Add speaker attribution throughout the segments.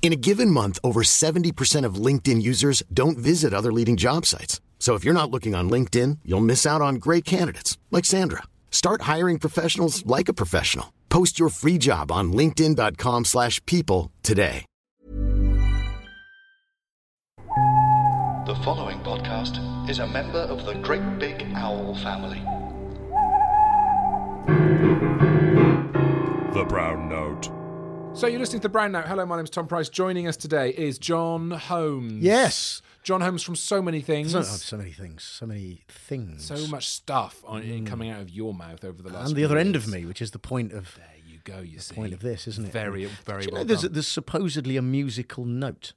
Speaker 1: In a given month, over 70% of LinkedIn users don't visit other leading job sites. So if you're not looking on LinkedIn, you'll miss out on great candidates like Sandra. Start hiring professionals like a professional. Post your free job on linkedin.com slash people today.
Speaker 2: The following podcast is a member of the Great Big Owl family.
Speaker 3: The Brown Note.
Speaker 4: So you're listening to the Brown Note. Hello, my name's Tom Price. Joining us today is John Holmes.
Speaker 5: Yes.
Speaker 4: John Holmes from so many things,
Speaker 5: So, oh,
Speaker 4: so,
Speaker 5: so many things, so many things.
Speaker 4: much stuff on, in coming out of your mouth over the last.
Speaker 5: Mm. and the
Speaker 4: few
Speaker 5: other end
Speaker 4: years.
Speaker 5: of me, which is the point of
Speaker 4: There you go. You see.
Speaker 5: point of this, isn't it?
Speaker 4: Very,
Speaker 5: And-
Speaker 4: very
Speaker 5: Do you know
Speaker 4: well
Speaker 5: there's,
Speaker 4: done.
Speaker 5: there's supposedly a musical note,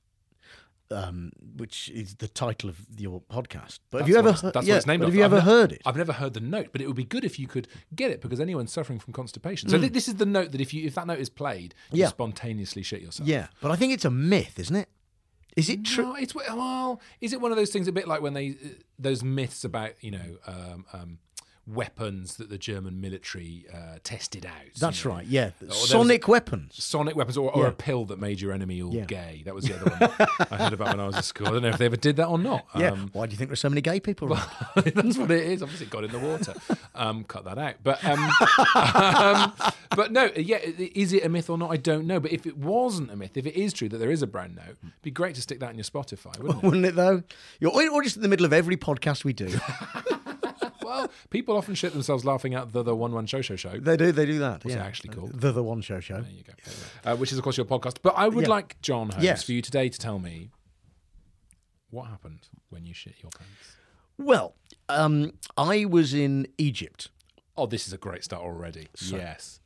Speaker 5: um, which is the title of your podcast. But have
Speaker 4: That's
Speaker 5: you
Speaker 4: what
Speaker 5: ever?
Speaker 4: it's-
Speaker 5: hea-
Speaker 4: That's
Speaker 5: yeah,
Speaker 4: what it's named
Speaker 5: but have
Speaker 4: after.
Speaker 5: you ever
Speaker 4: I've ne-
Speaker 5: heard it?
Speaker 4: I've never heard the note, but it would be good if you could get it because anyone suffering from constipation. So thi- this is the note that if you if that note is played, you
Speaker 5: Mm. Yeah.
Speaker 4: spontaneously shit yourself.
Speaker 5: yeah, but I think it's a myth, isn't it? Is it true?
Speaker 4: No, it's well. Is it one of those things a bit like when they uh, those myths about you know um, um, weapons that the German military uh, tested out? you
Speaker 5: That's
Speaker 4: know?
Speaker 5: right.
Speaker 4: Or
Speaker 5: Yeah,
Speaker 4: Oh, there was-
Speaker 5: sonic weapons.
Speaker 4: Sonic weapons or, or
Speaker 5: Yeah.
Speaker 4: a pill that made your enemy all
Speaker 5: Yeah.
Speaker 4: gay. That was the other one I heard about when I was at school. I don't know if they ever did that or not.
Speaker 5: yeah.
Speaker 4: Um,
Speaker 5: Why do you think there's so many gay people? around?
Speaker 4: that's what it is. Obviously, it got in the water. Um, cut that out. But um, um, but no, yeah, is it a myth or not? I don't know. But if it wasn't a myth, if it is true that there is a brown note, it'd be great to stick that in your Spotify, wouldn't it?
Speaker 5: Wouldn't it though? You're or or just in the middle of every podcast we do.
Speaker 4: well, people often shit themselves laughing at the the one one show show show.
Speaker 5: they do. They do that.
Speaker 4: What's it
Speaker 5: yeah.
Speaker 4: actually called?
Speaker 5: The the one show show.
Speaker 4: There you go. Uh, which is of course your podcast. But I would
Speaker 5: Yeah.
Speaker 4: like John Holmes
Speaker 5: Yes.
Speaker 4: for you today to tell me what happened when you shit your pants.
Speaker 5: Well, um, I was in Egypt.
Speaker 4: Oh, this is a great start already. yes.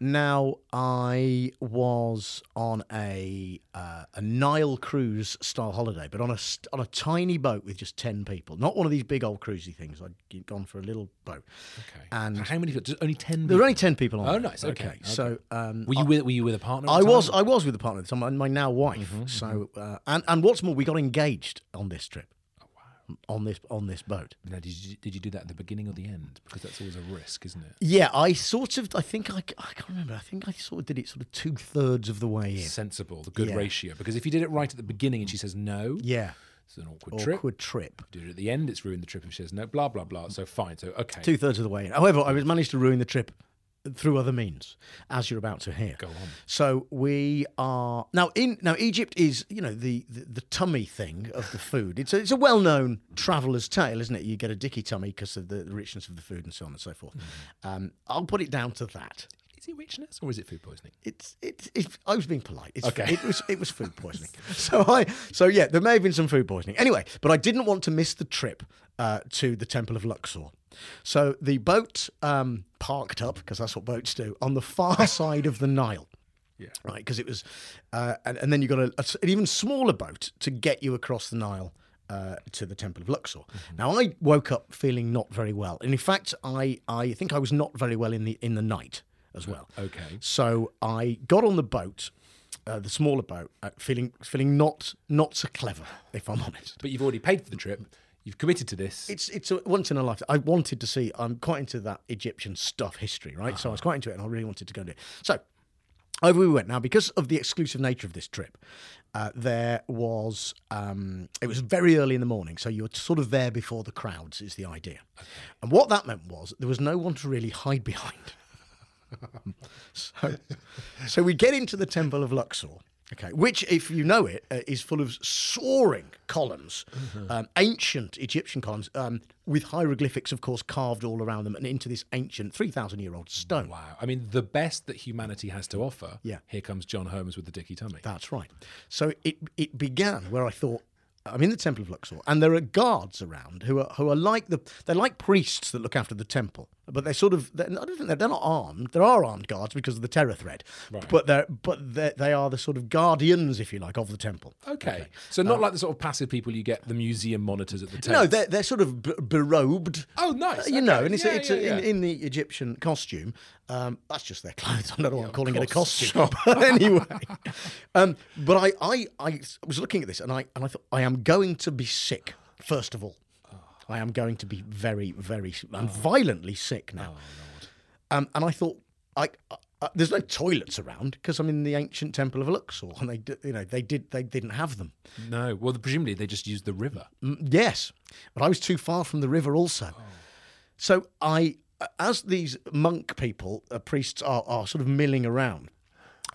Speaker 5: Now I was on a uh, a Nile cruise style holiday, but on a st- on a tiny boat with just ten people. Not one of these big old cruisy things. I'd gone for a little boat.
Speaker 4: Okay.
Speaker 5: And-
Speaker 4: how many people? Just only ten.
Speaker 5: There were
Speaker 4: people?
Speaker 5: only ten people on.
Speaker 4: Oh,
Speaker 5: there.
Speaker 4: nice. Okay. Okay.
Speaker 5: So um,
Speaker 4: Were you with Were you with a partner? at
Speaker 5: I
Speaker 4: the
Speaker 5: was
Speaker 4: time? Mm-hmm,
Speaker 5: I was with the partner at the time, my- my now wife. So uh, and and what's more, we got engaged on this trip.
Speaker 4: Oh,
Speaker 5: On this on this boat.
Speaker 4: Now, did you Did you do that at the beginning or the end? Because that's always a risk, isn't it?
Speaker 5: Yeah, I sort of. I think I, c- I can't remember. I think I sort of did it sort of two thirds of the way in.
Speaker 4: Sensible, the good
Speaker 5: Yeah.
Speaker 4: ratio. Because if you did it right at the beginning and she says no,
Speaker 5: Yeah,
Speaker 4: it's an awkward, trip.
Speaker 5: awkward trip.
Speaker 4: Do it at the end, it's ruined the trip. If she says no, blah blah blah. So fine. So okay.
Speaker 5: Two thirds of the way in. However, I was managed to ruin the trip through other means, as you're about to hear.
Speaker 4: Go on.
Speaker 5: So we are now in now Egypt is you know the the, the tummy thing of the food. It's a, it's a well known traveller's tale, isn't it? You get a dicky tummy because of the richness of the food and so on and so forth.
Speaker 4: Mm-hmm.
Speaker 5: Um, I'll put it down to that.
Speaker 4: Is it richness or is it food poisoning?
Speaker 5: It's, it's it's I was being polite. It's,
Speaker 4: Okay.
Speaker 5: It was it was food poisoning. so I so yeah, there may have been some food poisoning. Anyway, but I didn't want to miss the trip uh, to the Temple of Luxor. So the boat um, parked up because that's what boats do on the far side of the Nile. Yeah. Right, because it was, uh, and, and then you got a, a s- an even smaller boat to get you across the Nile uh, to the Temple of Luxor. Now I woke up feeling not very well, and in fact, I I think I was not very well in the in the night as well.
Speaker 4: Okay.
Speaker 5: So I got on the boat, uh, the smaller boat, uh, feeling feeling not not so clever, if I'm honest.
Speaker 4: But you've already paid for the trip. You've committed to this.
Speaker 5: It's it's a once in a lifetime. I wanted to see. I'm quite into that Egyptian stuff history, right? So I was quite into it, and I really wanted to go and do it. So over we went. Now, because of the exclusive nature of this trip, uh, there was um, it was very early in the morning, so you were sort of there before the crowds is the idea. And what that meant was there was no one to really hide behind. So, so we get into the Temple of Luxor, okay, which, if you know it, uh, is full of soaring columns, um, ancient Egyptian columns, um, with hieroglyphics, of course, carved all around them and into this ancient 3,000 year old stone.
Speaker 4: wow. I mean, the best that humanity has to offer.
Speaker 5: Yeah.
Speaker 4: Here comes John Holmes with the dicky tummy.
Speaker 5: That's right. So it, it began where I thought, I'm in the temple of Luxor, and there are guards around who are who are like the they're like priests that look after the temple, but they're sort of they're, I don't think they're, they're not armed. There are armed guards because of the terror threat, but they're but they're, they are the sort of guardians, if you like, of the temple.
Speaker 4: Okay. So not like the sort of passive people you get the museum monitors at the tent.
Speaker 5: Um, No, they're, they're sort of b- berobed.
Speaker 4: Oh, nice.
Speaker 5: Uh, you
Speaker 4: Okay.
Speaker 5: know, and it's,
Speaker 4: Yeah,
Speaker 5: it's
Speaker 4: yeah,
Speaker 5: a-
Speaker 4: yeah.
Speaker 5: In, in the Egyptian costume. Um, that's just their clothes. I don't know why I'm calling it a costume. But anyway, um, but I, I, I was looking at this and I, and I thought, I am going to be sick, first of all.
Speaker 4: Oh.
Speaker 5: I am going to be very, very, I'm violently sick now.
Speaker 4: Oh,
Speaker 5: Um, and I thought, I, I, I- there's no toilets around because I'm in the ancient temple of Luxor, and they, d- you know, they did, they didn't have them.
Speaker 4: No. Well, presumably they just used the river.
Speaker 5: Mm, Yes, but I was too far from the river also. So I, as these monk people, uh, priests are, are sort of milling around.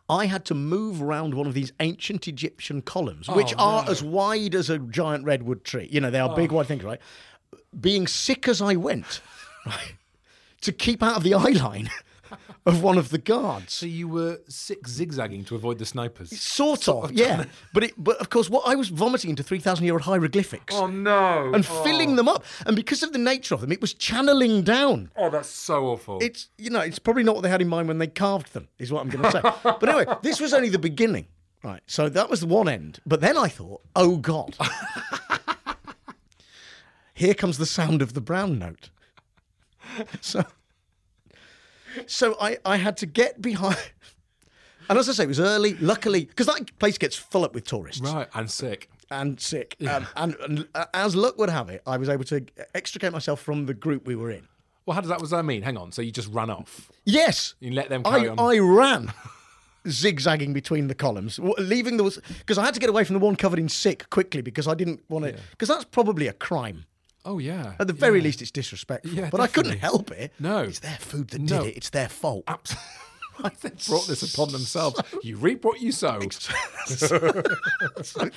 Speaker 5: I had to move around one of these ancient Egyptian columns, which are as wide as a giant redwood tree. You know, they are big, wide things, right? Being sick as I went, right, to keep out of the eye line of one of the guards.
Speaker 4: So you were six zigzagging to avoid the snipers.
Speaker 5: Sort, of, yeah. But it, but of course, what I was vomiting into three thousand year old hieroglyphics
Speaker 4: Oh, no.
Speaker 5: and filling them up. And because of the nature of them, it was channeling down.
Speaker 4: Oh, that's so awful.
Speaker 5: It's you know, it's probably not what they had in mind when they carved them, is what I'm going to say. but anyway, this was only the beginning, right? So that was the one end. But then I thought, oh god, here comes the sound of the brown note. So, so I I had to get behind. And as I say, it was early. Luckily, because that place gets full up with tourists
Speaker 4: right. And sick.
Speaker 5: and sick. Um, and, and uh, as luck would have it, I was able to extricate myself from the group we were in.
Speaker 4: Well, how does that? What does that mean? Hang on. So you just ran off.
Speaker 5: Yes,
Speaker 4: You let them
Speaker 5: I,
Speaker 4: carry on.
Speaker 5: I ran, zigzagging between the columns, w- leaving the because I had to get away from the one covered in sick quickly because I didn't want to because that's probably a crime.
Speaker 4: Oh yeah.
Speaker 5: At the very least, it's disrespectful.
Speaker 4: Yeah,
Speaker 5: but I couldn't
Speaker 4: definitely.
Speaker 5: help it.
Speaker 4: No.
Speaker 5: it's their food that did
Speaker 4: No.
Speaker 5: it. It's their fault.
Speaker 4: they brought this upon themselves. You reap what you sow.
Speaker 5: so then,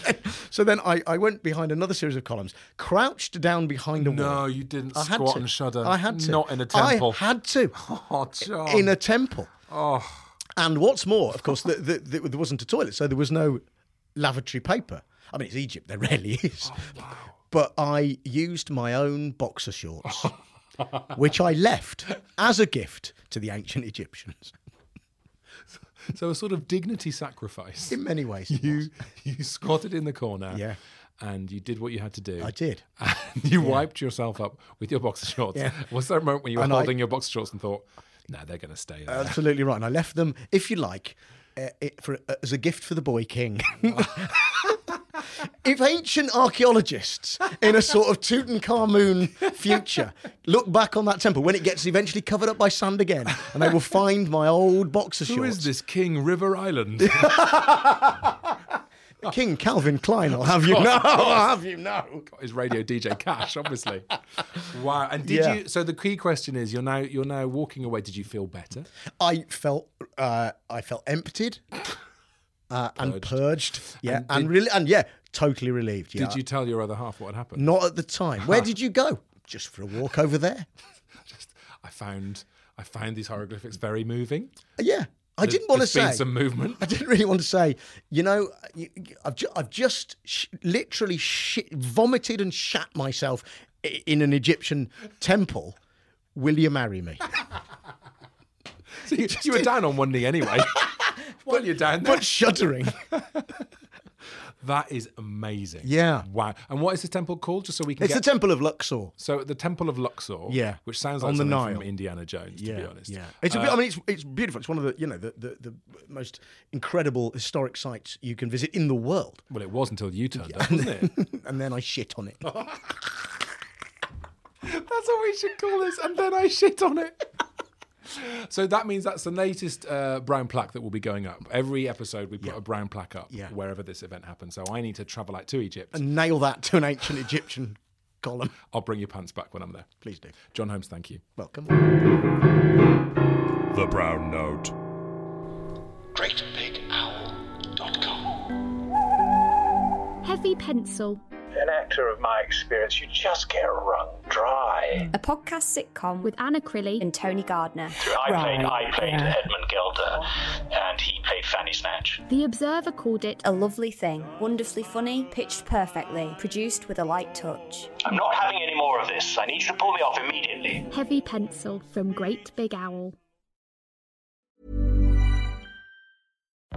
Speaker 5: so then I, I went behind another series of columns, crouched down behind a wall.
Speaker 4: No, you didn't
Speaker 5: I had
Speaker 4: squat
Speaker 5: to.
Speaker 4: and shudder.
Speaker 5: I had to.
Speaker 4: Not in a
Speaker 5: I
Speaker 4: temple.
Speaker 5: had to.
Speaker 4: Oh, John.
Speaker 5: in a temple. Oh. And what's more, of course, the, the, the, there wasn't a toilet, so there was no lavatory paper. I mean, it's Egypt, there rarely is. But I used my own boxer shorts, which I left as a gift to the ancient Egyptians.
Speaker 4: so a sort of dignity sacrifice.
Speaker 5: In many ways, it was.
Speaker 4: You you squatted in the corner.
Speaker 5: Yeah.
Speaker 4: And you did what you had to do.
Speaker 5: I did.
Speaker 4: And you wiped yourself up with your boxer shorts.
Speaker 5: Yeah.
Speaker 4: Was there a moment when you were
Speaker 5: And I- Uh,
Speaker 4: holding your boxer shorts and thought, "No, they're going to stay there."
Speaker 5: Absolutely right. And I left them, if you like, uh, it for, uh, as a gift for the boy king. if ancient archaeologists in a sort of Tutankhamun future look back on that temple when it gets eventually covered up by sand again, and they will find my old boxer
Speaker 4: Who
Speaker 5: shorts.
Speaker 4: is this King River Island?
Speaker 5: King Calvin Klein, I'll have you know. I'll have you know.
Speaker 4: Is radio DJ Cash, obviously. Wow. And did
Speaker 5: Yeah.
Speaker 4: you? So the key question is: you're now you're now walking away. Did you feel better?
Speaker 5: I felt uh, I felt emptied uh, and purged. Yeah, and, really, and yeah, totally relieved. Yeah,
Speaker 4: Did you tell your other half what had happened?
Speaker 5: Not at the time. Where did you go? Just for a walk over there.
Speaker 4: I found I found these hieroglyphics very moving.
Speaker 5: Yeah. I didn't want to
Speaker 4: There's
Speaker 5: say.
Speaker 4: been some movement.
Speaker 5: I didn't really want to say, you know, you- you- I've, ju- I've just sh- literally shi vomited and shat myself i- in an Egyptian temple. Will you marry me?
Speaker 4: So you, you were down on one knee anyway. While you're down there,
Speaker 5: but shuddering.
Speaker 4: that is amazing.
Speaker 5: Yeah.
Speaker 4: Wow. And what is the temple called? Just so we can
Speaker 5: It's
Speaker 4: get
Speaker 5: the Temple of Luxor.
Speaker 4: So at the Temple of Luxor,
Speaker 5: Yeah.
Speaker 4: which sounds like
Speaker 5: On the
Speaker 4: something
Speaker 5: Nile.
Speaker 4: from Indiana Jones, to be honest. Uh,
Speaker 5: Yeah, it's. a bit- I mean, it's it's beautiful. It's one of the you know the, the the most incredible historic sites you can visit in the world.
Speaker 4: Well, it was until you turned up, wasn't it?
Speaker 5: and then I shit on it.
Speaker 4: That's what we should call this. And then I shit on it. So that means that's the latest uh, brown plaque that will be going up. Every episode, we put a brown plaque up
Speaker 5: Yeah.
Speaker 4: wherever this event happens. So I need to travel out to Egypt.
Speaker 5: and nail that to an ancient Egyptian column.
Speaker 4: I'll bring your pants back when I'm there.
Speaker 5: Please do.
Speaker 4: John Holmes, thank you.
Speaker 5: Welcome.
Speaker 3: The Brown Note.
Speaker 2: GreatBigOwl.com.
Speaker 6: Heavy Pencil,
Speaker 7: An actor of my experience, you just get wrung dry.
Speaker 8: A podcast sitcom with
Speaker 6: with Anna Crilly,
Speaker 8: and Tony Gardner.
Speaker 7: I played I played Edmund Gilder, and he paid fanny snatch.
Speaker 6: The Observer called it
Speaker 8: a lovely thing, wonderfully funny, pitched perfectly, produced with a light touch.
Speaker 7: I'm not having any more of this. I need you to pull me off immediately.
Speaker 6: Heavy Pencil from Great Big Owl.